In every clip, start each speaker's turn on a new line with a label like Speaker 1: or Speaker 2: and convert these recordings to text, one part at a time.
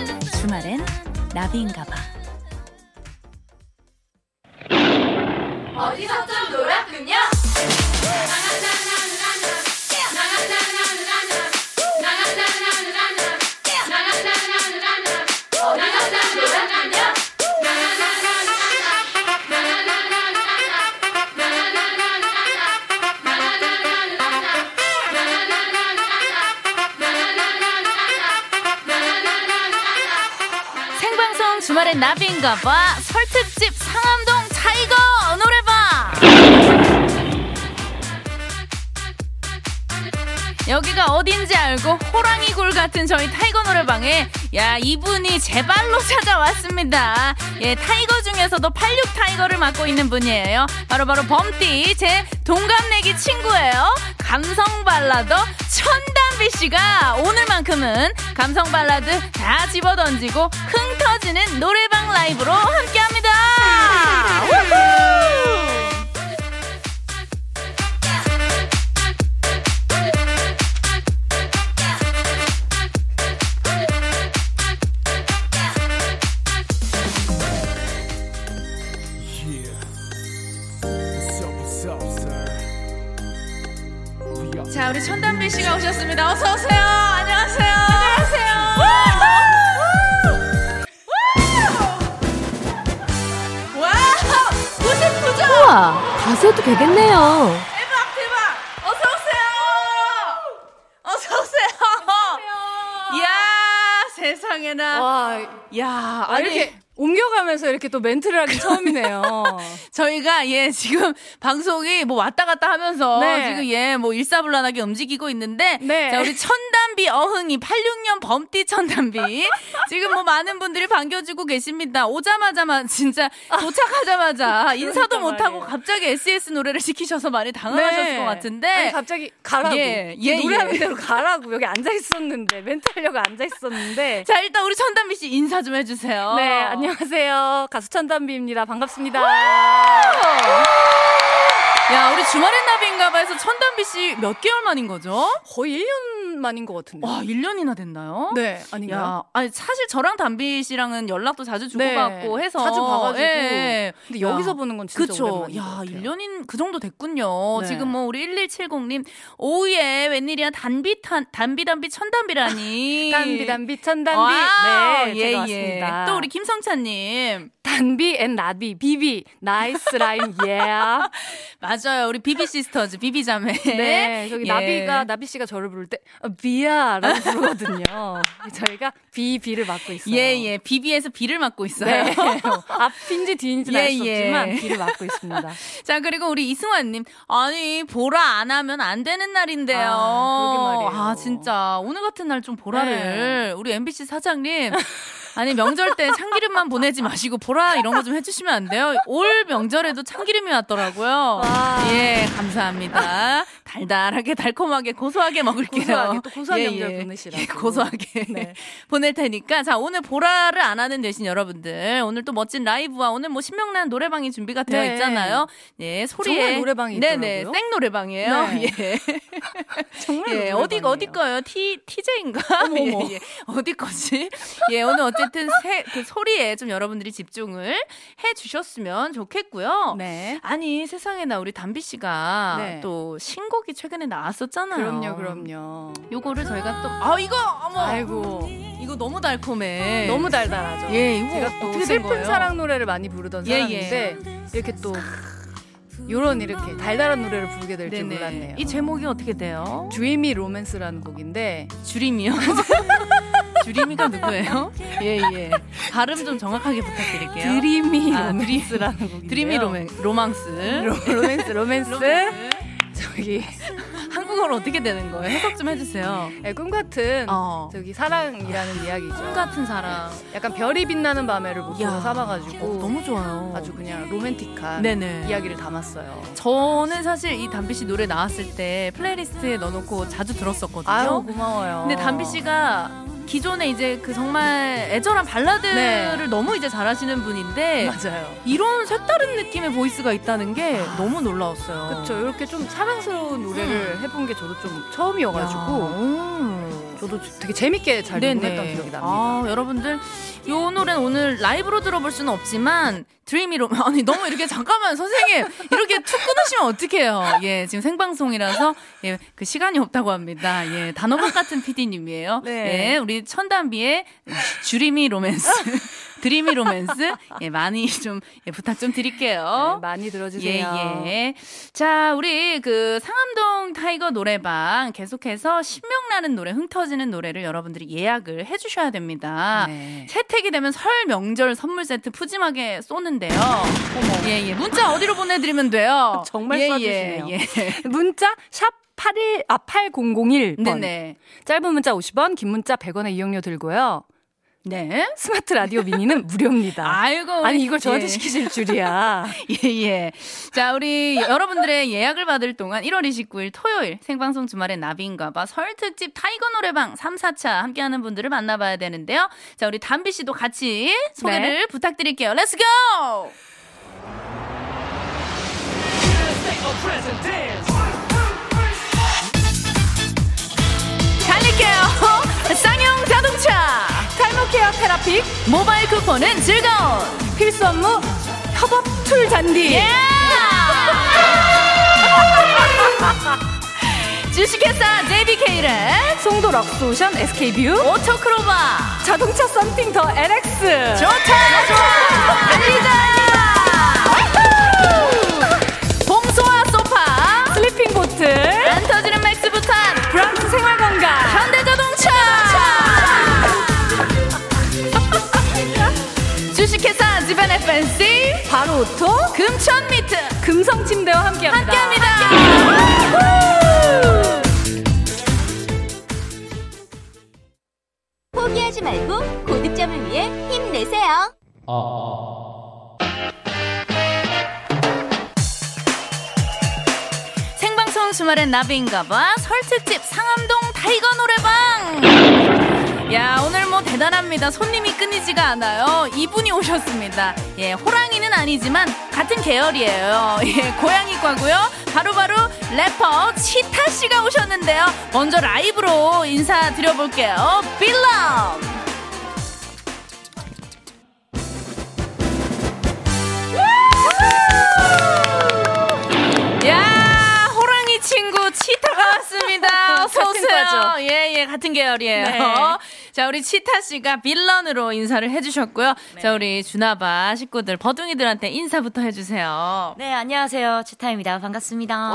Speaker 1: 어,
Speaker 2: 나비인가 봐.
Speaker 3: 어디서 좀 놀았군요.
Speaker 1: 생방송 주말엔 나비인가 봐 설특집 상암동 차이거 노래방 여기가 어딘지 알고 호랑이 굴 같은 저희 타이거 노래방에 야 이분이 제 발로 찾아왔습니다 예 타이거 중에서도 86 타이거를 맡고 있는 분이에요 바로바로 범띠 제 동갑내기 친구예요 감성 발라더 천담비 씨가 오늘만큼은 감성 발라드 다 집어 던지고 흥 터지는 노래방 라이브로 함께 합니다. 자, 우리 천담비 씨가 오셨습니다. 어서 오세요. 안녕하세요. 안녕하세요. 와! 무슨 부죠?
Speaker 4: 가수해도 되겠네요.
Speaker 1: 대박 대박 어서 오세요 어서 오세요 이야 세상에나
Speaker 4: 와,
Speaker 1: 야
Speaker 4: 아,
Speaker 1: 아니
Speaker 4: 이렇게 옮겨가면서 이렇게 또 멘트를 하기 처음이네요.
Speaker 1: 저희가 예 지금 방송이 뭐 왔다 갔다 하면서
Speaker 4: 네.
Speaker 1: 지금 예 뭐 일사불란하게 움직이고 있는데
Speaker 4: 네.
Speaker 1: 자 우리 천단비 어흥이 86년 범띠 천단비 지금 뭐 많은 분들이 반겨주고 계십니다 오자마자만 진짜 도착하자마자 인사도 못 하고
Speaker 4: 아. 그러니까 말이에요.
Speaker 1: 갑자기 S.S 노래를 시키셔서 많이 당황하셨을
Speaker 4: 네.
Speaker 1: 것 같은데
Speaker 4: 아니, 갑자기 가라고.
Speaker 1: 예, 예,
Speaker 4: 노래하는
Speaker 1: 예.
Speaker 4: 대로 가라고. 여기 앉아 있었는데, 멘트 하려고 앉아 있었는데.
Speaker 1: 자 일단 우리 천담비 씨 인사 좀 해주세요.
Speaker 4: 네, 안녕하세요. 가수 천담비입니다. 반갑습니다.
Speaker 1: 야 우리 주말엔 나비인가봐에서 천담비 씨 몇 개월 만인 거죠?
Speaker 4: 거의 1년 만인 것 같은데.
Speaker 1: 와 1년이나 됐나요?
Speaker 4: 네, 아닌가요?
Speaker 1: 아, 야, 아니 사실 저랑 담비 씨랑은 연락도 자주
Speaker 4: 네,
Speaker 1: 주고받고 해서
Speaker 4: 자주 봐가지고.
Speaker 1: 예, 예.
Speaker 4: 근데
Speaker 1: 야.
Speaker 4: 여기서 보는 건 진짜
Speaker 1: 그쵸.
Speaker 4: 오랜만인 것
Speaker 1: 야,
Speaker 4: 같아요.
Speaker 1: 1년인 그 정도 됐군요.
Speaker 4: 네.
Speaker 1: 지금 뭐 우리 1170님 오예 웬일이야 단비 탄 단비 단비 천단비라니.
Speaker 4: 담비, 담비, 천담비.
Speaker 1: 와우,
Speaker 4: 네,
Speaker 1: 예,
Speaker 4: 제가
Speaker 1: 예.
Speaker 4: 왔습니다.
Speaker 1: 또 우리 김성찬님
Speaker 4: 단비 앤 나비, 비비, 나이스 라임, 예.
Speaker 1: 맞아요 우리 비비 시스터즈 비비 자매
Speaker 4: 네, 저기
Speaker 1: 예.
Speaker 4: 나비가 나비 씨가 저를 부를 때 어, 비야라고 부르거든요. 저희가 비비를 맡고 있어요.
Speaker 1: 예, 예. 비비에서 비를 맡고 있어요.
Speaker 4: 네. 앞인지 뒤인지 는 알 수
Speaker 1: 예, 예.
Speaker 4: 없지만 비를 맡고 있습니다.
Speaker 1: 자, 그리고 우리 이승환님. 아니, 보라 안 하면 안 되는 날인데요.
Speaker 4: 아, 그러게 말이에요. 네.
Speaker 1: 아, 진짜. 오늘 같은 날 좀 보라를. 우리 MBC 사장님. 아니, 명절 때 참기름만 보내지 마시고 보라 이런 거 좀 해주시면 안 돼요? 올 명절에도 참기름이 왔더라고요.
Speaker 4: 와.
Speaker 1: 예, 감사합니다. 달달하게, 달콤하게, 고소하게 먹을게요.
Speaker 4: 고소하게, 또 고소한 명절 보내시라고.
Speaker 1: 예, 고소하게.
Speaker 4: 네.
Speaker 1: 보낼 테니까 자 오늘 보라를 안 하는 대신 여러분들 오늘 또 멋진 라이브와 오늘 뭐 신명난 노래방이 준비가 되어
Speaker 4: 네.
Speaker 1: 있잖아요. 예 소리에
Speaker 4: 정말 노래방이
Speaker 1: 네네
Speaker 4: 있더라고요.
Speaker 1: 생 노래방이에요.
Speaker 4: 네.
Speaker 1: 예.
Speaker 4: 정말
Speaker 1: 예,
Speaker 4: 노래방이에요.
Speaker 1: 어디 어디 거예요? T TJ인가?
Speaker 4: 어머, 어머.
Speaker 1: 예, 예. 어디 거지? 예, 오늘 어쨌든 새, 그 소리에 좀 여러분들이 집중을 해 주셨으면 좋겠고요.
Speaker 4: 네.
Speaker 1: 아니 세상에나 우리 담비 씨가
Speaker 4: 네.
Speaker 1: 또 신곡이 최근에 나왔었잖아요.
Speaker 4: 그럼요, 그럼요.
Speaker 1: 어.
Speaker 4: 예.
Speaker 1: 요거를 저희가 또 아 이거 어머
Speaker 4: 아이고
Speaker 1: 이거 너무 달콤해.
Speaker 4: 너무 달달하죠.
Speaker 1: 예, 이거
Speaker 4: 제가 또
Speaker 1: 어떻게 된
Speaker 4: 슬픈
Speaker 1: 거예요?
Speaker 4: 사랑 노래를 많이 부르던
Speaker 1: 예,
Speaker 4: 사람인데 이렇게 또 요런 이렇게 달달한 노래를 부르게 될 줄 몰랐네요.
Speaker 1: 이 제목이 어떻게 돼요?
Speaker 4: Dreamy Romance라는 곡인데
Speaker 1: 주림이요. 주림이가 누구예요? 예, 예. 발음 좀 정확하게 부탁드릴게요.
Speaker 4: 드리미
Speaker 1: 아,
Speaker 4: 로맨스라는 곡인데요.
Speaker 1: 드림이 로맨, 로망스.
Speaker 4: 로- 로맨스 로맨스
Speaker 1: 로망스.
Speaker 4: 저기
Speaker 1: 한국어로 어떻게 되는 거예요? 해석 좀 해주세요.
Speaker 4: 예, 꿈 같은
Speaker 1: 어.
Speaker 4: 저기 사랑이라는
Speaker 1: 꿈
Speaker 4: 이야기죠.
Speaker 1: 같은 사랑.
Speaker 4: 약간 별이 빛나는 밤에를 모티로
Speaker 1: 야. 어,
Speaker 4: 삼아가지고
Speaker 1: 너무 좋아요.
Speaker 4: 아주 그냥 로맨틱한
Speaker 1: 네네.
Speaker 4: 이야기를 담았어요.
Speaker 1: 저는 사실 이 담비 씨 노래 나왔을 때 플레이리스트에 넣어놓고 자주 들었었거든요.
Speaker 4: 아유 고마워요.
Speaker 1: 근데 담비 씨가 기존에 이제 그 정말 애절한 발라드를
Speaker 4: 네.
Speaker 1: 너무 이제 잘하시는 분인데
Speaker 4: 맞아요.
Speaker 1: 이런 색다른 느낌의 보이스가 있다는 게 너무 놀라웠어요. 음.
Speaker 4: 그렇죠. 이렇게 좀 사랑스러운 노래를 해본 게 저도 좀 처음이어가지고
Speaker 1: 야, 오.
Speaker 4: 저도 되게 재밌게 잘 녹음했던 기억이 납니다.
Speaker 1: 아, 여러분들 요 노래는 오늘 라이브로 들어볼 수는 없지만 드림이로 아니 너무 이렇게 잠깐만 선생님 이렇게 툭 끊으시면 어떡해요. 예, 지금 생방송이라서 예, 그 시간이 없다고 합니다. 예, 단호박 같은 PD님이에요.
Speaker 4: 네.
Speaker 1: 예, 우리 천단비의 주림이 로맨스. 드림이 로맨스 예 많이 좀 예, 부탁 좀 드릴게요.
Speaker 4: 네, 많이 들어주세요.
Speaker 1: 예, 예. 자, 우리 그 상암동 타이거 노래방 계속해서 신명나는 노래, 흥터지는 노래를 여러분들이 예약을 해주셔야 됩니다.
Speaker 4: 네.
Speaker 1: 채택이 되면 설 명절 선물 세트 푸짐하게 쏘는데요.
Speaker 4: 어머.
Speaker 1: 예, 예. 문자 어디로 보내드리면 돼요?
Speaker 4: 정말
Speaker 1: 예,
Speaker 4: 쏴주시네요.
Speaker 1: 예, 예.
Speaker 4: 문자 샵 81, 아, 8001번.
Speaker 1: 네네.
Speaker 4: 짧은 문자 50원, 긴 문자 100원의 이용료 들고요.
Speaker 1: 네.
Speaker 4: 스마트 라디오 미니는 무료입니다.
Speaker 1: 아이고.
Speaker 4: 아니, 이걸 저한테
Speaker 1: 예.
Speaker 4: 시키실 줄이야.
Speaker 1: 예, 예. 자, 우리 여러분들의 예약을 받을 동안 1월 29일 토요일 생방송 주말에 나비인가봐 설 특집 타이거 노래방 3, 4차 함께하는 분들을 만나봐야 되는데요. 자, 우리 담비 씨도 같이 소개를 부탁드릴게요. 렛츠 고! 달릴게요. 쌍용 자동차.
Speaker 4: 탈모 케어 테라픽,
Speaker 1: 모바일 쿠폰은 즐거운. 예!
Speaker 4: 필수 업무, 협업 툴 잔디.
Speaker 1: 주식회사 JBK랩
Speaker 4: 송도 럭스오션 SK뷰,
Speaker 1: 오토크로바
Speaker 4: 자동차 썸띵 더 LX.
Speaker 1: 좋다 좋아 달리자 봉소아 소파
Speaker 4: 슬리핑 보트,
Speaker 1: 안 터지는 맥스 부탄
Speaker 4: 브랑스 생활건강.
Speaker 1: 현대자동차 주식회사 지벤 FNC
Speaker 4: 바로 오토,
Speaker 1: 금천 미트
Speaker 4: 금성 침대와 함께합니다.
Speaker 1: 함께합니다.
Speaker 2: 포기하지 말고 고득점을 위해 힘내세요.
Speaker 1: 생방송 주말엔 나비인가봐 설특집 상암동 타이거 노래방 야 오늘 뭐 대단합니다 손님이 끊이지가 않아요 이분이 오셨습니다 예 호랑이는 아니지만 같은 계열이에요 예 고양이과고요 바로바로 래퍼 치타 씨가 오셨는데요 먼저 라이브로 인사드려볼게요 빌럼 야 호랑이 친구 치타가 왔습니다. 어서
Speaker 4: 아, 같은
Speaker 1: 오세요.
Speaker 4: 과죠.
Speaker 1: 예예 같은 계열이에요.
Speaker 4: 네.
Speaker 1: 자 우리 치타 씨가 빌런으로 인사를 해주셨고요.
Speaker 4: 네.
Speaker 1: 자 우리 주나바 식구들 버둥이들한테 인사부터 해주세요.
Speaker 3: 네, 안녕하세요. 치타입니다. 반갑습니다.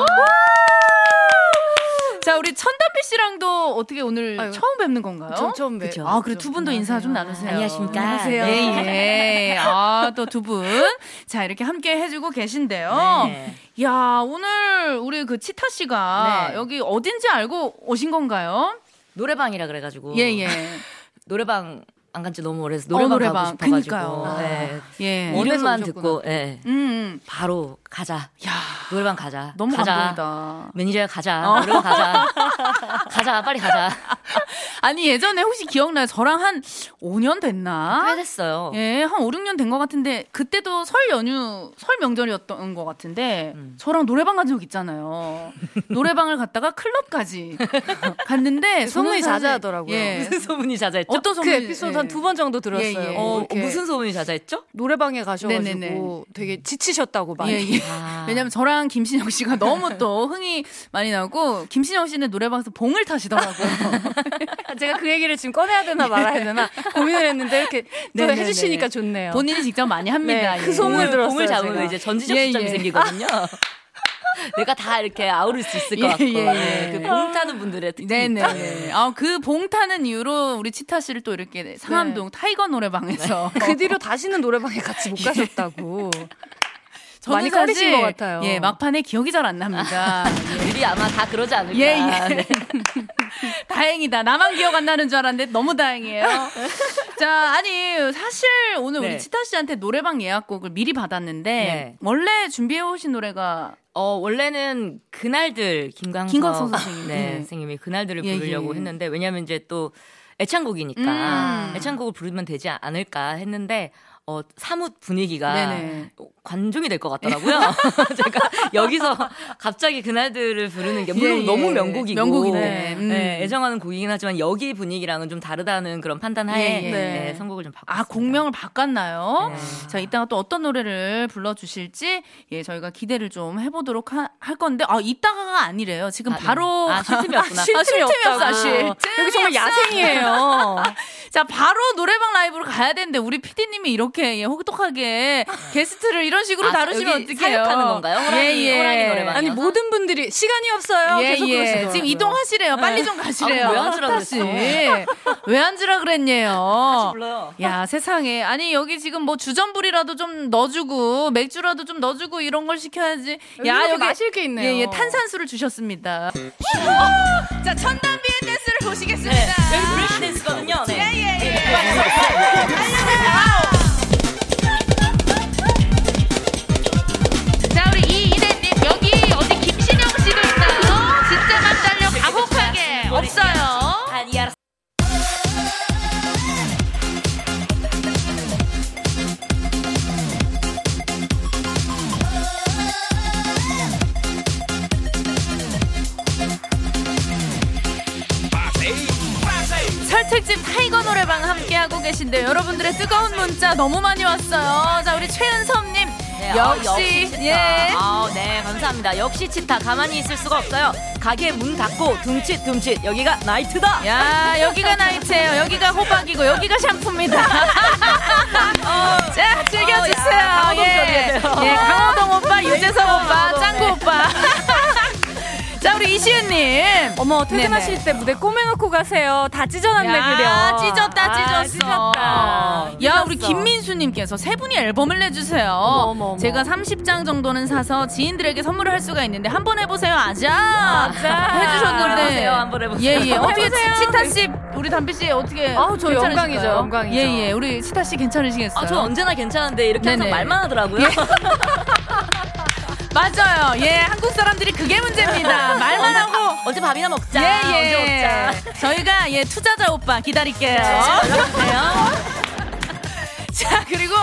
Speaker 1: 자 우리 천단비 씨랑도 어떻게 오늘
Speaker 4: 아유,
Speaker 1: 처음 뵙는 건가요?
Speaker 4: 전 처음 뵈-
Speaker 1: 아 그래 두 분도 인사 좀 나누세요.
Speaker 3: 안녕하십니까. 네.
Speaker 4: 안녕하세요.
Speaker 1: 예예. 아또 두 분. 자 이렇게 함께 해주고 계신데요.
Speaker 3: 네.
Speaker 1: 야 오늘 우리 그 치타 씨가
Speaker 3: 네.
Speaker 1: 여기 어딘지 알고 오신 건가요?
Speaker 3: 노래방이라 그래가지고.
Speaker 1: 예예.
Speaker 3: 노래방 안 간 지 너무 오래서
Speaker 1: 어,
Speaker 3: 노래방,
Speaker 1: 노래방.
Speaker 3: 가고 싶어가지고.
Speaker 1: 그니까요.
Speaker 3: 네.
Speaker 1: 예.
Speaker 4: 어,
Speaker 3: 이름만
Speaker 4: 오셨구나.
Speaker 3: 듣고, 예.
Speaker 1: 음, 음.
Speaker 3: 바로 가자.
Speaker 1: 야
Speaker 3: 노래방 가자.
Speaker 1: 너무
Speaker 3: 가자.
Speaker 1: 감동이다.
Speaker 3: 매니저야 가자.
Speaker 4: 어.
Speaker 3: 노래방 가자. 가자. 빨리 가자.
Speaker 1: 아니 예전에 혹시 기억나요? 저랑 한 5년
Speaker 4: 아?
Speaker 1: 됐나?
Speaker 3: 그랬어요.
Speaker 1: 예, 한 5, 6년 된 것 같은데 그때도 설 연휴, 설 명절이었던 것 같은데
Speaker 3: 음.
Speaker 1: 저랑 노래방 간 적 있잖아요. 노래방을 갔다가 클럽까지 갔는데 저는
Speaker 4: 소문이
Speaker 1: 사실-
Speaker 4: 자자하더라고요.
Speaker 1: 예.
Speaker 3: 무슨 소문이 예. 자자했죠?
Speaker 1: 어떤 소문?
Speaker 4: 그 에피소드 한 두 번 정도 들었어요.
Speaker 1: 예, 예.
Speaker 3: 어,
Speaker 4: 이렇게
Speaker 3: 무슨 소문이 자자했죠?
Speaker 4: 노래방에 가셔가지고
Speaker 1: 네네네.
Speaker 4: 되게 지치셨다고 많이.
Speaker 1: 예, 예.
Speaker 3: 아.
Speaker 1: 왜냐면 저랑 김신영 씨가 너무 또 흥이 많이 나고 김신영 씨는 노래방에서 봉을 타시더라고요.
Speaker 4: 제가 그 얘기를 지금 꺼내야 되나 말아야 되나 고민을 했는데 이렇게 또
Speaker 1: 네네네.
Speaker 4: 해주시니까 좋네요.
Speaker 1: 본인이 직접 많이 합니다.
Speaker 4: 네,
Speaker 1: 예.
Speaker 4: 그 소문
Speaker 3: 공을,
Speaker 4: 들었어요,
Speaker 3: 공을 잡으면
Speaker 4: 제가.
Speaker 3: 이제 전지적
Speaker 1: 예,
Speaker 3: 시점이
Speaker 1: 예.
Speaker 3: 생기거든요. 내가 다 이렇게 아우를 수 있을 것
Speaker 1: 예,
Speaker 3: 같고.
Speaker 1: 예, 예.
Speaker 3: 예, 그 공타는 분들의 특징.
Speaker 1: 네네. 아, 그 봉타는 이유로 우리 치타 씨를 또 이렇게 상암동
Speaker 3: 네.
Speaker 1: 타이거 노래방에서
Speaker 4: 그 뒤로 다시는 노래방에 같이 못 가셨다고.
Speaker 1: 저는
Speaker 4: 많이 꺼리신
Speaker 1: 사실,
Speaker 4: 것 같아요.
Speaker 1: 예, 막판에 기억이 잘 안 납니다.
Speaker 3: 우리 아마 다 그러지 않을까.
Speaker 1: 예, 예.
Speaker 3: 네.
Speaker 1: 다행이다. 나만 기억 안 나는 줄 알았는데 너무 다행이에요. 자, 아니 사실 오늘
Speaker 3: 네.
Speaker 1: 우리 치타 씨한테 노래방 예약곡을 미리 받았는데
Speaker 3: 네.
Speaker 1: 원래 준비해 오신 노래가
Speaker 3: 어, 원래는 그날들 김광석,
Speaker 1: 김광석 선생님.
Speaker 3: 네,
Speaker 1: 네.
Speaker 3: 선생님이 그날들을
Speaker 1: 예,
Speaker 3: 부르려고
Speaker 1: 예.
Speaker 3: 했는데 왜냐면 이제 또 애창곡이니까
Speaker 1: 음.
Speaker 3: 애창곡을 부르면 되지 않을까 했는데 어, 사뭇 분위기가
Speaker 4: 네네.
Speaker 3: 관종이 될 것 같더라고요. 제가 여기서 갑자기 그날들을 부르는 게 물론
Speaker 4: 예, 예.
Speaker 3: 너무 명곡이고
Speaker 1: 명곡이네.
Speaker 3: 네,
Speaker 1: 음.
Speaker 3: 애정하는 곡이긴 하지만 여기 분위기랑은 좀 다르다는 그런 판단하에
Speaker 1: 예, 예.
Speaker 3: 네, 선곡을 좀 바꿨어요.
Speaker 1: 아, 공명을 바꿨나요?
Speaker 3: 네.
Speaker 1: 자, 이따가 또 어떤 노래를 불러주실지, 예, 저희가 기대를 좀 해보도록 하- 할 건데, 아, 이따가가 아니래요. 지금
Speaker 3: 아, 네.
Speaker 1: 바로.
Speaker 3: 아, 쉴 틈이 없구나.
Speaker 1: 쉴
Speaker 3: 아,
Speaker 1: 틈이 없어, 쉴 틈이
Speaker 4: 여기 정말 야생이에요.
Speaker 1: 자, 바로 노래방 라이브로 가야 되는데, 우리 피디님이 이렇게, 예, 혹독하게 게스트를 이런 식으로
Speaker 3: 아,
Speaker 1: 다루시면
Speaker 3: 여기
Speaker 1: 어떡해요.
Speaker 3: 사육하는 건가요? 호랑이, 호랑이 노래방이요?
Speaker 4: 예, 아니 모든 분들이 시간이 없어요.
Speaker 1: 예,
Speaker 4: 계속
Speaker 1: 예.
Speaker 4: 그러시더라고요.
Speaker 1: 지금 이동하시래요. 빨리 좀 가시래요.
Speaker 3: 아, 왜 앉으라
Speaker 1: 타 씨.
Speaker 3: 그랬어?
Speaker 1: 왜 앉으라 그랬네요.
Speaker 3: 불러요.
Speaker 1: 야 세상에 아니 여기 지금 뭐 주전부리라도 좀 넣어주고 맥주라도 좀 넣어주고 이런 걸 시켜야지
Speaker 4: 야 여기 마실 게 있네요.
Speaker 1: 예, 예, 탄산수를 주셨습니다 어, 자 천단비의 댄스를 보시겠습니다
Speaker 3: 네. 여기 브레이크 댄스거든요. 네.
Speaker 1: 예, 자 우리 이이대님 여기 어디 김신영 씨도 있나요? 진짜 맛달려 가혹하게 없어요
Speaker 3: 아니 알았어.
Speaker 1: 설특집 타이거 노래방 함께하고 계신데 여러분들의 뜨거운 문자 너무 많이 왔어요 자 우리 최은섭님
Speaker 3: 네, 아,
Speaker 1: 역시,
Speaker 3: 치타.
Speaker 1: 예
Speaker 3: 아, 네, 감사합니다. 역시 치타 가만히 있을 수가 없어요. 가게 문 닫고 둠칫 둠칫 여기가 나이트다.
Speaker 1: 야 여기가 나이트예요 여기가 호박이고 여기가 샴푸입니다 자
Speaker 3: 어,
Speaker 1: 즐겨주세요
Speaker 3: 야,
Speaker 1: 예.
Speaker 3: 강호동적이에요. 아,
Speaker 1: 예, 강호동 오빠 유재석 오빠
Speaker 3: 강호동.
Speaker 1: 짱구 오빠 자 우리 이시윤님
Speaker 4: 어머 퇴근하실
Speaker 1: 네네.
Speaker 4: 때 무대 꼬매놓고 가세요. 다 찢어놨네 그려.
Speaker 1: 야, 찢었다 찢었어.
Speaker 4: 아, 찢었다.
Speaker 1: 야 우리
Speaker 4: 찢었어.
Speaker 1: 김민수님께서 세 분이 앨범을 내주세요.
Speaker 4: 어머, 어머.
Speaker 1: 제가 30장 정도는 사서 지인들에게 선물을 할 수가 있는데 한 번 해보세요 아자. 해주셨는데
Speaker 3: 한번 해보세요, 한번 해보세요.
Speaker 1: 예예. 어떻게
Speaker 4: 해보세요.
Speaker 1: 치타 씨 우리 담비 씨 어떻게?
Speaker 4: 아우, 저
Speaker 1: 괜찮으실까요?
Speaker 4: 영광이죠, 영광이죠.
Speaker 1: 예예. 우리 치타 씨 괜찮으시겠어요?
Speaker 3: 아, 저 언제나 괜찮은데 이렇게
Speaker 1: 네네. 예.
Speaker 3: 항상 말만 하더라고요.
Speaker 1: 맞아요. 예 한국 사람들이 그게 문제입니다. 말만 하고.
Speaker 3: 언제 밥이나 먹자. 언제
Speaker 1: 예, 예예.
Speaker 3: 먹자.
Speaker 1: 저희가 예 투자자 오빠
Speaker 4: 네.
Speaker 1: 기다릴게요. 자 그리고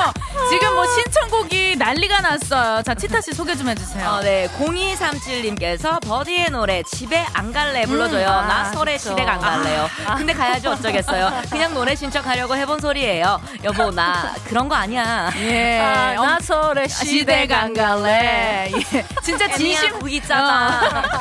Speaker 1: 지금 뭐 신청곡이 난리가 났어요. 자 치타 씨 소개 좀 해주세요.
Speaker 3: 어, 네, 0237님께서 버디의 노래 집에 안 갈래 불러줘요.
Speaker 4: 아,
Speaker 3: 나 설에
Speaker 4: 그쵸.
Speaker 3: 시댁 안 갈래요. 근데 가야지 어쩌겠어요. 그냥 노래 신청하려고 해본 소리예요. 여보 나 그런 거 아니야.
Speaker 1: 예.
Speaker 4: 아,
Speaker 1: 엄-
Speaker 4: 나설의
Speaker 1: 시댁 안 갈래. 예. 진짜
Speaker 3: 진심
Speaker 1: 진심
Speaker 3: 우기 짜다.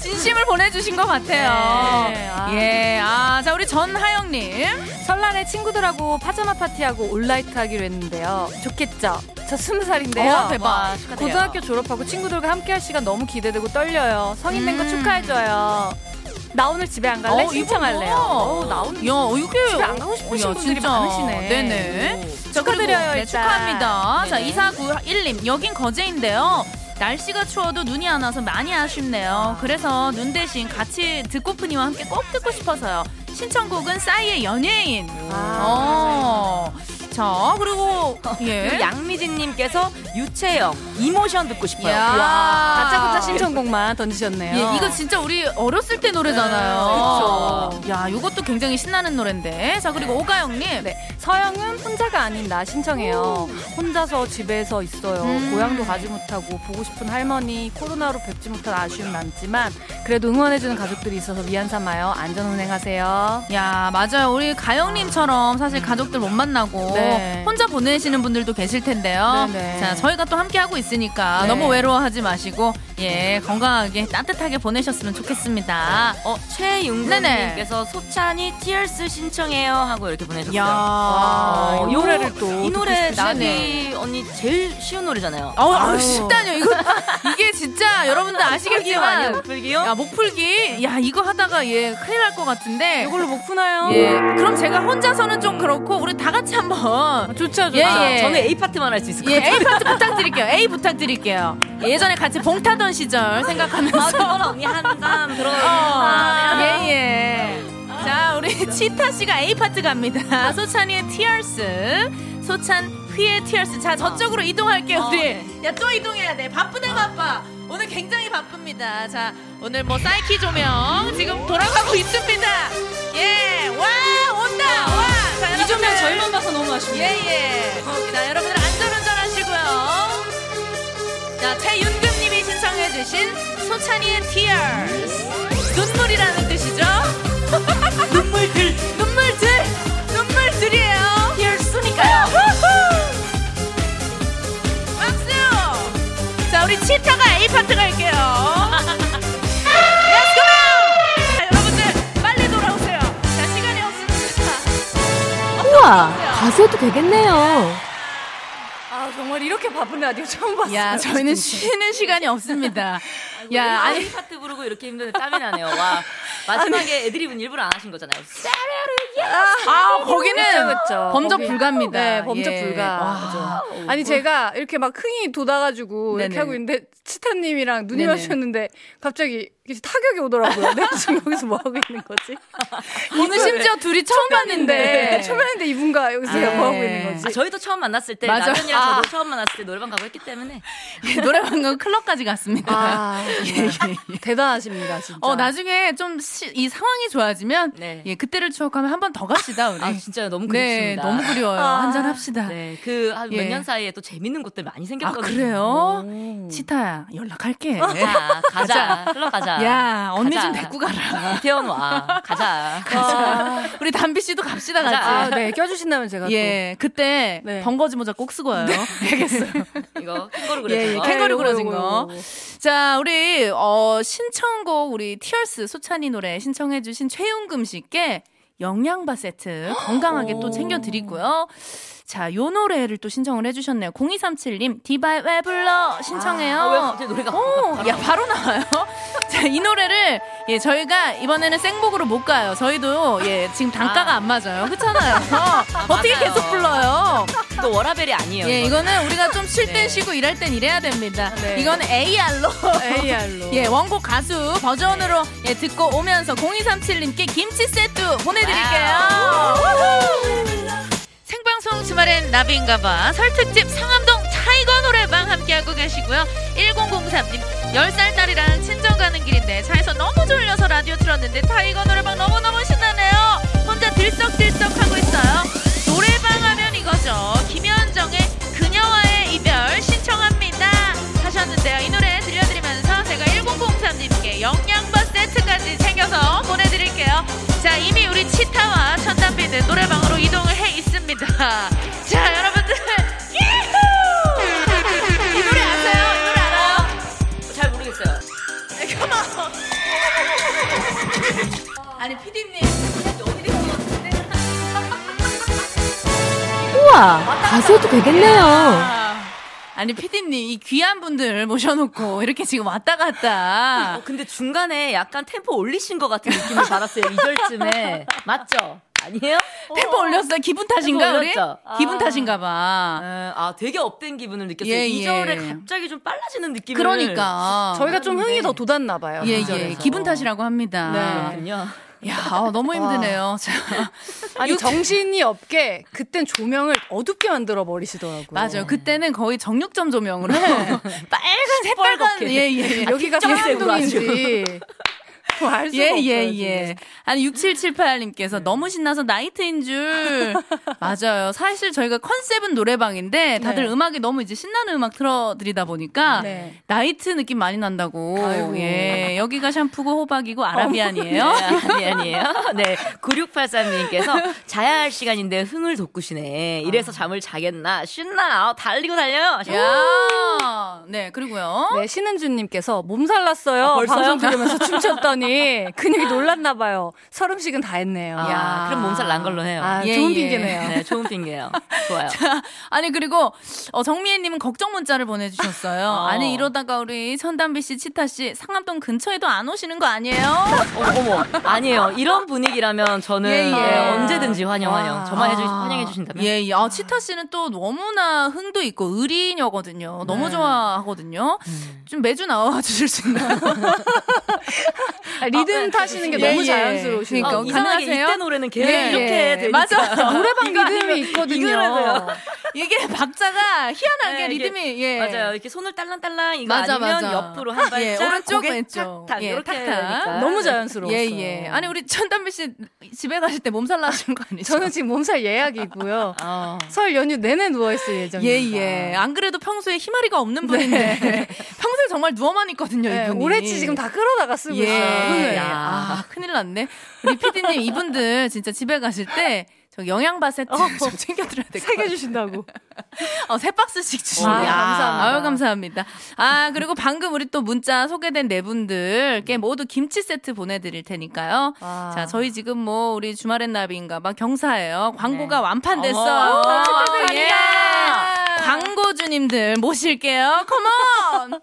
Speaker 1: 진심을 보내주신 것 같아요.
Speaker 4: 네, 아.
Speaker 1: 예. 아, 자 우리 전하영님.
Speaker 4: 설날에 친구들하고 파자마 파티하고 온라이트 하기로 했는데요. 좋겠죠? 저 스무 살인데요.
Speaker 1: 와, 대박.
Speaker 3: 와, 축하드려요.
Speaker 4: 고등학교 졸업하고 친구들과 함께할 시간 너무 기대되고 떨려요. 성인 된 거
Speaker 1: 음.
Speaker 4: 축하해줘요. 나 오늘 집에 안 갈래? 신청할래요.
Speaker 1: 어,
Speaker 4: 어우, 나 오늘
Speaker 1: 야, 이게
Speaker 4: 집에 안 가고 싶으신
Speaker 1: 야,
Speaker 4: 분들이
Speaker 1: 진짜.
Speaker 4: 많으시네.
Speaker 1: 네네. 자, 그리고,
Speaker 4: 축하드려요,
Speaker 1: 네,
Speaker 4: 일단.
Speaker 1: 축하합니다. 자,
Speaker 3: 네네.
Speaker 1: 2491님, 여긴 거제인데요. 날씨가 추워도 눈이 안 와서 많이 아쉽네요. 그래서 눈 대신 같이 듣고프니와 함께 꼭 듣고 싶어서요. 신청곡은 싸이의 연예인.
Speaker 4: 아,
Speaker 1: 어. 자, 그리고, 예.
Speaker 3: 양미진님께서 유채영 이모션 듣고 싶어요.
Speaker 1: 야.
Speaker 3: 와.
Speaker 4: 가짜고짜 신청곡만 던지셨네요.
Speaker 1: 예, 이거 진짜 우리 어렸을 때 노래잖아요. 야, 이것도 굉장히 신나는 노래인데. 자, 그리고 오가영님.
Speaker 4: 네, 네, 서영은 혼자가 아닌 나 신청해요. 혼자서 집에서 있어요.
Speaker 1: 음.
Speaker 4: 고향도 가지 못하고 보고 싶은 할머니, 코로나로 뵙지 못한 아쉬움 남지만 그래도 응원해주는 가족들이 있어서 미안 삼아요. 안전 운행하세요.
Speaker 1: 야, 맞아요. 우리 가영님처럼 사실 가족들 못 만나고
Speaker 4: 음. 네.
Speaker 1: 혼자 보내시는 분들도 계실 텐데요.
Speaker 4: 네네.
Speaker 1: 자, 저희가 또 함께하고 있으니까
Speaker 4: 네.
Speaker 1: 너무 외로워하지 마시고, 예, 건강하게 따뜻하게 보내셨으면 좋겠습니다.
Speaker 3: 어,
Speaker 1: 네네.
Speaker 3: 최윤근님께서 소찬이 티얼스 신청해요 하고 이렇게 보내셨어요.
Speaker 4: 아,
Speaker 3: 어,
Speaker 4: 이
Speaker 3: 요-
Speaker 4: 노래를 또
Speaker 3: 이
Speaker 4: 듣고
Speaker 3: 노래
Speaker 4: 싶으시네.
Speaker 3: 나비 언니 제일 쉬운 노래잖아요.
Speaker 1: 아우,
Speaker 4: 어.
Speaker 1: 아우, 쉽다뇨. 이거, 이게 진짜 여러분들
Speaker 3: 풀기요 아니요
Speaker 1: 아시겠지만.
Speaker 3: 목풀기요?
Speaker 1: 야, 목풀기. 야, 이거 하다가 예, 큰일 날 것 같은데.
Speaker 4: 이걸로 못 푸나요?
Speaker 1: 예, 그럼 제가 혼자서는 좀 그렇고, 우리 다 같이 한번
Speaker 4: 좋죠, 좋죠.
Speaker 1: 예,
Speaker 3: 아,
Speaker 1: 예.
Speaker 3: 저는 A 파트만 할 수 있을 것
Speaker 1: 예,
Speaker 3: 같아요.
Speaker 1: A 파트 부탁드릴게요. A 부탁드릴게요. 예전에 같이 봉 타던 시절
Speaker 3: 아,
Speaker 1: 생각하면서.
Speaker 3: 그건 언니 한감 들어.
Speaker 1: 예, 예. 자, 우리 치타 씨가 A 파트 갑니다. 소찬이의 티얼스. 소찬 휘의 티얼스. 자, 저쪽으로 이동할게요,
Speaker 3: 어,
Speaker 1: 우리.
Speaker 3: 네.
Speaker 1: 아. 야, 또 이동해야 돼. 바쁘다, 바빠. 오늘 굉장히 바쁩니다. 자, 오늘 뭐 사이키 조명 지금 돌아가고 있습니다. 예, 와, 온다, 와. 자, 여러분들.
Speaker 3: 봐서 너무 아쉽네요.
Speaker 1: 예, 예. 자, 여러분들 안전운전 하시고요. 자, 최윤금님이 신청해주신 소찬이의 Tears. 눈물이라는 뜻이죠? 눈물들. 눈물들. 눈물들이에요. Tears니까요. 박수! 자, 우리 치타가 A파트 갈게요. Let's go! now! 자, 여러분들, 빨리 돌아오세요. 자, 시간이 없습니다.
Speaker 2: 우와, 가수도 되겠네요.
Speaker 4: 아 정말 이렇게 바쁜 라디오 처음 봤어요.
Speaker 1: 야, 저희는 쉬는 시간이 없습니다. 야,
Speaker 3: 아
Speaker 1: 아니,
Speaker 3: 이 파트 부르고 이렇게 힘든데 땀이 나네요. 와 마지막에 애드립은 일부러 안 하신 거잖아요.
Speaker 1: 아, 거기는
Speaker 4: 어, 그쵸, 그쵸.
Speaker 1: 범접
Speaker 4: 거기-
Speaker 1: 불가입니다.
Speaker 4: 네, 범죄
Speaker 1: 예. 와.
Speaker 4: 불가. 그죠. 아니 제가 이렇게 막 흥이 돋아가지고
Speaker 1: 네네.
Speaker 4: 이렇게 하고 있는데 치타님이랑 눈이
Speaker 1: 네네.
Speaker 4: 마주쳤는데 갑자기 이렇게 타격이 오더라고요. 내가 지금 여기서 뭐 하고 있는 거지?
Speaker 1: 오늘 심지어 둘이 처음
Speaker 4: 근데
Speaker 1: 봤는데.
Speaker 4: 초면인데 이분과 여기서
Speaker 1: 네.
Speaker 4: 내가 뭐 하고 있는
Speaker 3: 아,
Speaker 4: 거지?
Speaker 3: 저희도 처음 만났을 때
Speaker 1: 맞아요.
Speaker 3: 나연이랑
Speaker 1: 아.
Speaker 3: 저도 처음 만났을 때 노래방 가고 했기 때문에
Speaker 1: 노래방 가고 클럽까지 갔습니다.
Speaker 4: 아, 정말 대단하십니다 진짜.
Speaker 1: 예, 어, 나중에 좀 이 상황이 좋아지면,
Speaker 3: 네.
Speaker 1: 예, 그때를 추억하면 한 번 더 갑시다, 우리.
Speaker 3: 아 진짜 너무
Speaker 1: 네,
Speaker 3: 그립습니다.
Speaker 1: 너무 그리워요.
Speaker 4: 아.
Speaker 1: 한잔합시다.
Speaker 3: 네, 그 한 몇
Speaker 1: 예.
Speaker 3: 년 사이에 또 재밌는 곳들
Speaker 1: 아,
Speaker 3: 많이
Speaker 4: 네.
Speaker 3: 생겼거든요.
Speaker 1: 그래요? 치타야, 연락할게.
Speaker 4: 어.
Speaker 3: 자, 아, 가자. 흘러 가자.
Speaker 1: 야, 언니
Speaker 3: 가자.
Speaker 1: 좀 데리고 가라.
Speaker 3: 이태원 와. 가자.
Speaker 1: 우리 담비 씨도 갑시다, 같이.
Speaker 3: 가자.
Speaker 4: 아, 네 껴주신다면 제가
Speaker 1: 예, 그때
Speaker 4: 네.
Speaker 1: 번거지 모자 꼭 쓰고 와요. 알겠어요.
Speaker 3: 이거 캥거루
Speaker 1: 예,
Speaker 3: 그랬죠.
Speaker 1: 예,
Speaker 4: 거.
Speaker 1: 캥거루
Speaker 4: 요거,
Speaker 1: 그려진
Speaker 4: 요거,
Speaker 1: 거.
Speaker 4: 요거.
Speaker 1: 자, 우리 어 신청곡 우리 티얼스 소찬이 노래 신청해 주신 최윤금 씨께 영양바 세트 건강하게 또 챙겨 드리고요. 자, 요 노래를 또 신청을 해 주셨네요. 0237님 디바의 왜 불러 신청해요. 어.
Speaker 3: 아, 왜 갑자기 노래가
Speaker 1: 오, 야 바로 나와요. 자, 이 노래를 예 저희가 이번에는 생복으로 못 가요. 저희도 예 지금 단가가 안 맞아요. 그렇잖아요. 어떻게
Speaker 3: 맞아요.
Speaker 1: 계속 불러요?
Speaker 3: 또 워라벨이 아니에요.
Speaker 1: 예,
Speaker 3: 이거.
Speaker 1: 이거는 우리가 좀 쉴 땐
Speaker 3: 네.
Speaker 1: 쉬고 일할 땐 일해야 됩니다.
Speaker 4: 네.
Speaker 1: 이건 AR로.
Speaker 4: AR로.
Speaker 1: 예, 원곡 가수 버전으로 예, 듣고 오면서 0237님께 김치 세트 보내드릴게요. 생방송 주말엔 나비인가봐 설특집 상암동 타이거 노래방 함께하고 계시고요. 1003님 10살 딸이랑 친정 가는 길인데 차에서 너무 졸려서 라디오 틀었는데 타이거 노래방 너무너무 신나네요. 혼자 들썩들썩 하고 있어요. 노래방 하면 이거죠. 김현정의 그녀와의 이별 신청합니다. 하셨는데요. 이 노래 들려드리면서 제가 1003님께 영양바 세트까지 챙겨서 보내드릴게요. 자, 이미 우리 치타와 천단비는 노래방으로 이동을 해 있습니다. 자, 여러분들. 예후! 이 노래 아세요? 이 노래 알아요?
Speaker 3: 잘 모르겠어요.
Speaker 1: 아니, 피디님.
Speaker 2: 우와, 가수도 되겠네요.
Speaker 1: 아, 예. 아니 피디님 이 귀한 분들 모셔놓고 이렇게 지금 왔다
Speaker 3: 어,
Speaker 1: 갔다
Speaker 3: 근데 중간에 약간 템포 올리신 것 같은 느낌을 받았어요. 2절쯤에. 맞죠? 아니에요?
Speaker 1: 템포 올렸어요 기분 탓인가
Speaker 3: 템포
Speaker 1: 우리
Speaker 3: 올렸죠. 아.
Speaker 1: 기분 탓인가 봐
Speaker 3: 아, 아, 되게 업된 기분을 느꼈어요.
Speaker 1: 예,
Speaker 3: 이 2절에
Speaker 1: 예.
Speaker 3: 갑자기 좀 빨라지는 느낌을.
Speaker 1: 그러니까
Speaker 4: 네. 저희가 좀 흥이 더 돋았나 봐요.
Speaker 1: 예예
Speaker 4: 진짜로.
Speaker 1: 기분 탓이라고 합니다
Speaker 3: 그렇군요.
Speaker 1: 야 어, 너무 힘드네요 자
Speaker 4: 아니 정신이 없게 그땐 조명을 어둡게 만들어 버리시더라고요.
Speaker 1: 맞아요 그때는 거의 정육점 조명으로 빨간 새빨간
Speaker 3: 시뻘겋게.
Speaker 1: 예예
Speaker 4: 여기가
Speaker 3: 깃발색으로 아주.
Speaker 4: 평양동인지 알 수가
Speaker 1: 예,
Speaker 4: 없어요.
Speaker 1: 예,
Speaker 4: 지금.
Speaker 1: 예. 아니, 6778님께서 너무 신나서 나이트인 줄. 맞아요. 사실 저희가 컨셉은 노래방인데 다들
Speaker 4: 네.
Speaker 1: 음악이 너무 이제 신나는 음악 틀어드리다 보니까
Speaker 4: 네.
Speaker 1: 나이트 느낌 많이 난다고.
Speaker 4: 아이고.
Speaker 1: 예. 여기가 샴푸고 호박이고
Speaker 3: 네,
Speaker 1: 아라비안이에요.
Speaker 3: 아니, 아니에요. 네. 9683님께서 자야 할 시간인데 흥을 돋구시네.
Speaker 1: 아.
Speaker 3: 이래서 잠을 자겠나? 신나. 어, 달리고 달려요.
Speaker 1: 야. 네, 그리고요.
Speaker 4: 네, 신은주님께서 몸살 났어요.
Speaker 3: 벌써요?
Speaker 4: 방송 들으면서 춤췄더니 근육이 놀랐나 봐요. 서름식은 다 했네요.
Speaker 3: 아,
Speaker 1: 야.
Speaker 3: 그럼 몸살 난 걸로 해요.
Speaker 4: 아,
Speaker 1: 예,
Speaker 4: 좋은
Speaker 1: 예.
Speaker 4: 핑계네요.
Speaker 3: 네, 좋은 핑계예요. 좋아요.
Speaker 1: 아니 그리고 어, 정미애님은 걱정 문자를 보내주셨어요.
Speaker 3: 어.
Speaker 1: 아니 이러다가 우리 천담비 씨, 치타 씨 상암동 근처에도 안 오시는 거 아니에요?
Speaker 3: 어머, 어머, 아니에요. 이런 분위기라면 저는
Speaker 1: 예, 예.
Speaker 3: 네, 언제든지 환영,
Speaker 4: 와.
Speaker 3: 환영. 저만 해주,
Speaker 1: 아.
Speaker 3: 환영해 주신다면.
Speaker 1: 예, 예. 아, 치타 씨는 또 너무나 흥도 있고 의리녀거든요.
Speaker 4: 네.
Speaker 1: 너무 좋아하거든요.
Speaker 4: 음.
Speaker 1: 좀 매주 나와 주실 수 있나요?
Speaker 4: 아, 리듬 타시는 게
Speaker 1: 예,
Speaker 4: 너무
Speaker 1: 예.
Speaker 4: 자연스러우시고.
Speaker 1: 그러니까
Speaker 3: 어, 이상하게
Speaker 1: 가능하세요?
Speaker 3: 이때 노래는 계속
Speaker 1: 예,
Speaker 3: 이렇게
Speaker 1: 예.
Speaker 3: 되니까.
Speaker 1: 맞아.
Speaker 4: 노래방
Speaker 3: 이거
Speaker 4: 리듬이
Speaker 3: 아니면
Speaker 4: 있거든요.
Speaker 3: 이거라도요.
Speaker 1: 이게 박자가 희한하게
Speaker 3: 네, 이게-
Speaker 1: 리듬이 예.
Speaker 3: 맞아요. 이렇게 손을 딸랑딸랑 이거
Speaker 1: 맞아,
Speaker 3: 아니면
Speaker 1: 맞아.
Speaker 3: 옆으로 한
Speaker 1: 예,
Speaker 3: 발짝
Speaker 1: 오른쪽,
Speaker 3: 고개
Speaker 1: 왼쪽.
Speaker 3: 탁탁
Speaker 1: 예,
Speaker 3: 이렇게
Speaker 1: 탁탁.
Speaker 3: 되니까.
Speaker 4: 너무 자연스러웠어요.
Speaker 1: 예, 예. 아니, 우리 천담비 씨 집에 가실 때 몸살 나신 거 아니죠?
Speaker 4: 저는 지금 몸살 예약이고요.
Speaker 3: 어.
Speaker 4: 설 연휴 내내 누워있을 예정입니다. 네.
Speaker 1: 예, 예. 안 그래도 평소에 희마리가 없는 분인데. 평소에 정말 누워만 있거든요,
Speaker 4: 예,
Speaker 1: 이분이.
Speaker 4: 올해치 지금 다 끌어다가 쓰고
Speaker 1: 예.
Speaker 4: 있어요.
Speaker 3: 야.
Speaker 1: 아, 큰일 났네. 우리 피디님, 이분들 진짜 집에 가실 때. 저 영양바 세트
Speaker 4: 어.
Speaker 1: 좀 챙겨드려야 될 것 같아요.
Speaker 4: 새겨주신다고.
Speaker 1: 어, 세 박스씩 주시네요.
Speaker 4: 아, 감사합니다.
Speaker 1: 아유, 감사합니다. 아, 그리고 방금 우리 또 문자 소개된 네 분들께 모두 김치 세트 보내드릴 테니까요.
Speaker 4: 와.
Speaker 1: 자, 저희 지금 뭐 우리 주말엔 나비인가 막 경사예요.
Speaker 4: 네.
Speaker 1: 광고가 완판됐어요.
Speaker 3: 어머,
Speaker 1: 아, 예. 광고주님들 모실게요. 컴온!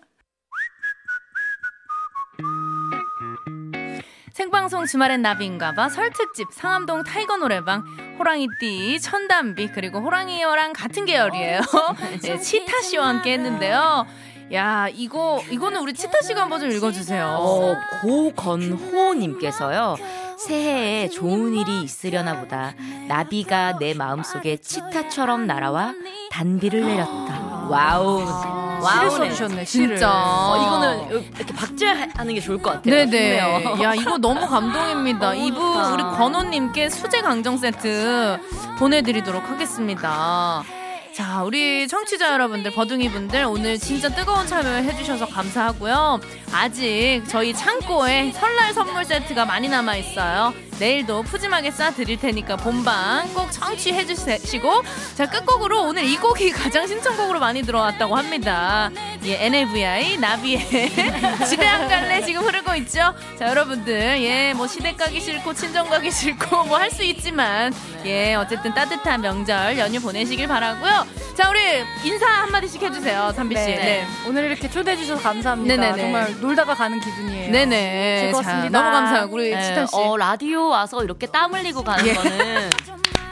Speaker 1: 생방송 주말엔 나비인가봐 설특집 상암동 타이거 노래방 호랑이띠 천담비 그리고 호랑이와랑 같은 계열이에요. 네, 치타 씨와 함께 했는데요. 야 이거 이거는 우리 치타 씨가 한번 좀 읽어주세요.
Speaker 3: 어, 고건호님께서요. 새해에 좋은 일이 있으려나 보다. 나비가 내 마음속에 치타처럼 날아와 단비를 내렸다. 와우.
Speaker 4: 시를
Speaker 3: 와우네.
Speaker 4: 써주셨네, 시를.
Speaker 1: 진짜
Speaker 3: 어, 이거는 이렇게 박제하는 게 좋을 것 같아요.
Speaker 1: 네네.
Speaker 3: 좋네요. 어,
Speaker 1: 야 이거 너무 감동입니다. 이분 우리 권호님께 수제 강정 세트 보내드리도록 하겠습니다. 자 우리 청취자 여러분들 버둥이 분들 오늘 진짜 뜨거운 참여해주셔서 감사하고요. 아직 저희 창고에 설날 선물 세트가 많이 남아 있어요. 내일도 푸짐하게 싸드릴 테니까 본방 꼭 청취해 주시고 자 끝곡으로 오늘 이 곡이 가장 신청곡으로 많이 들어왔다고 합니다. 예 NAVI 나비의 집에 안 갈래 지금 흐르고 있죠. 자 여러분들 예 뭐 시댁 가기 싫고 친정 가기 싫고 뭐 할 수 있지만 예 어쨌든 따뜻한 명절 연휴 보내시길 바라고요. 자 우리 인사 한 마디씩 해주세요 삼비 씨.
Speaker 4: 네. 오늘 이렇게 초대해주셔서 감사합니다.
Speaker 1: 예. 네네네.
Speaker 4: 정말 놀다가 가는 기분이에요.
Speaker 1: 네네. 자,
Speaker 4: 즐거웠습니다.
Speaker 1: 너무 감사하고 우리
Speaker 3: 네,
Speaker 1: 치타 씨. 예.
Speaker 3: 어, 라디오 와서 이렇게 땀 흘리고 가는 거는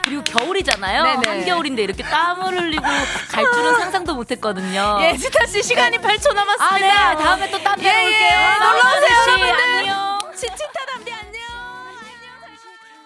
Speaker 3: 그리고 겨울이잖아요.
Speaker 1: 네네.
Speaker 3: 한겨울인데 이렇게 땀을 흘리고 갈 줄은 상상도 못 했거든요.
Speaker 1: 예, 치타 씨 시간이 8초 남았습니다.
Speaker 3: 아, 네. 다음에 또땀
Speaker 1: 예,
Speaker 3: 내러 올게요.
Speaker 1: 예. 놀러 오세요,
Speaker 3: 씨,
Speaker 1: 여러분들.
Speaker 3: 안녕.
Speaker 1: 치, 치타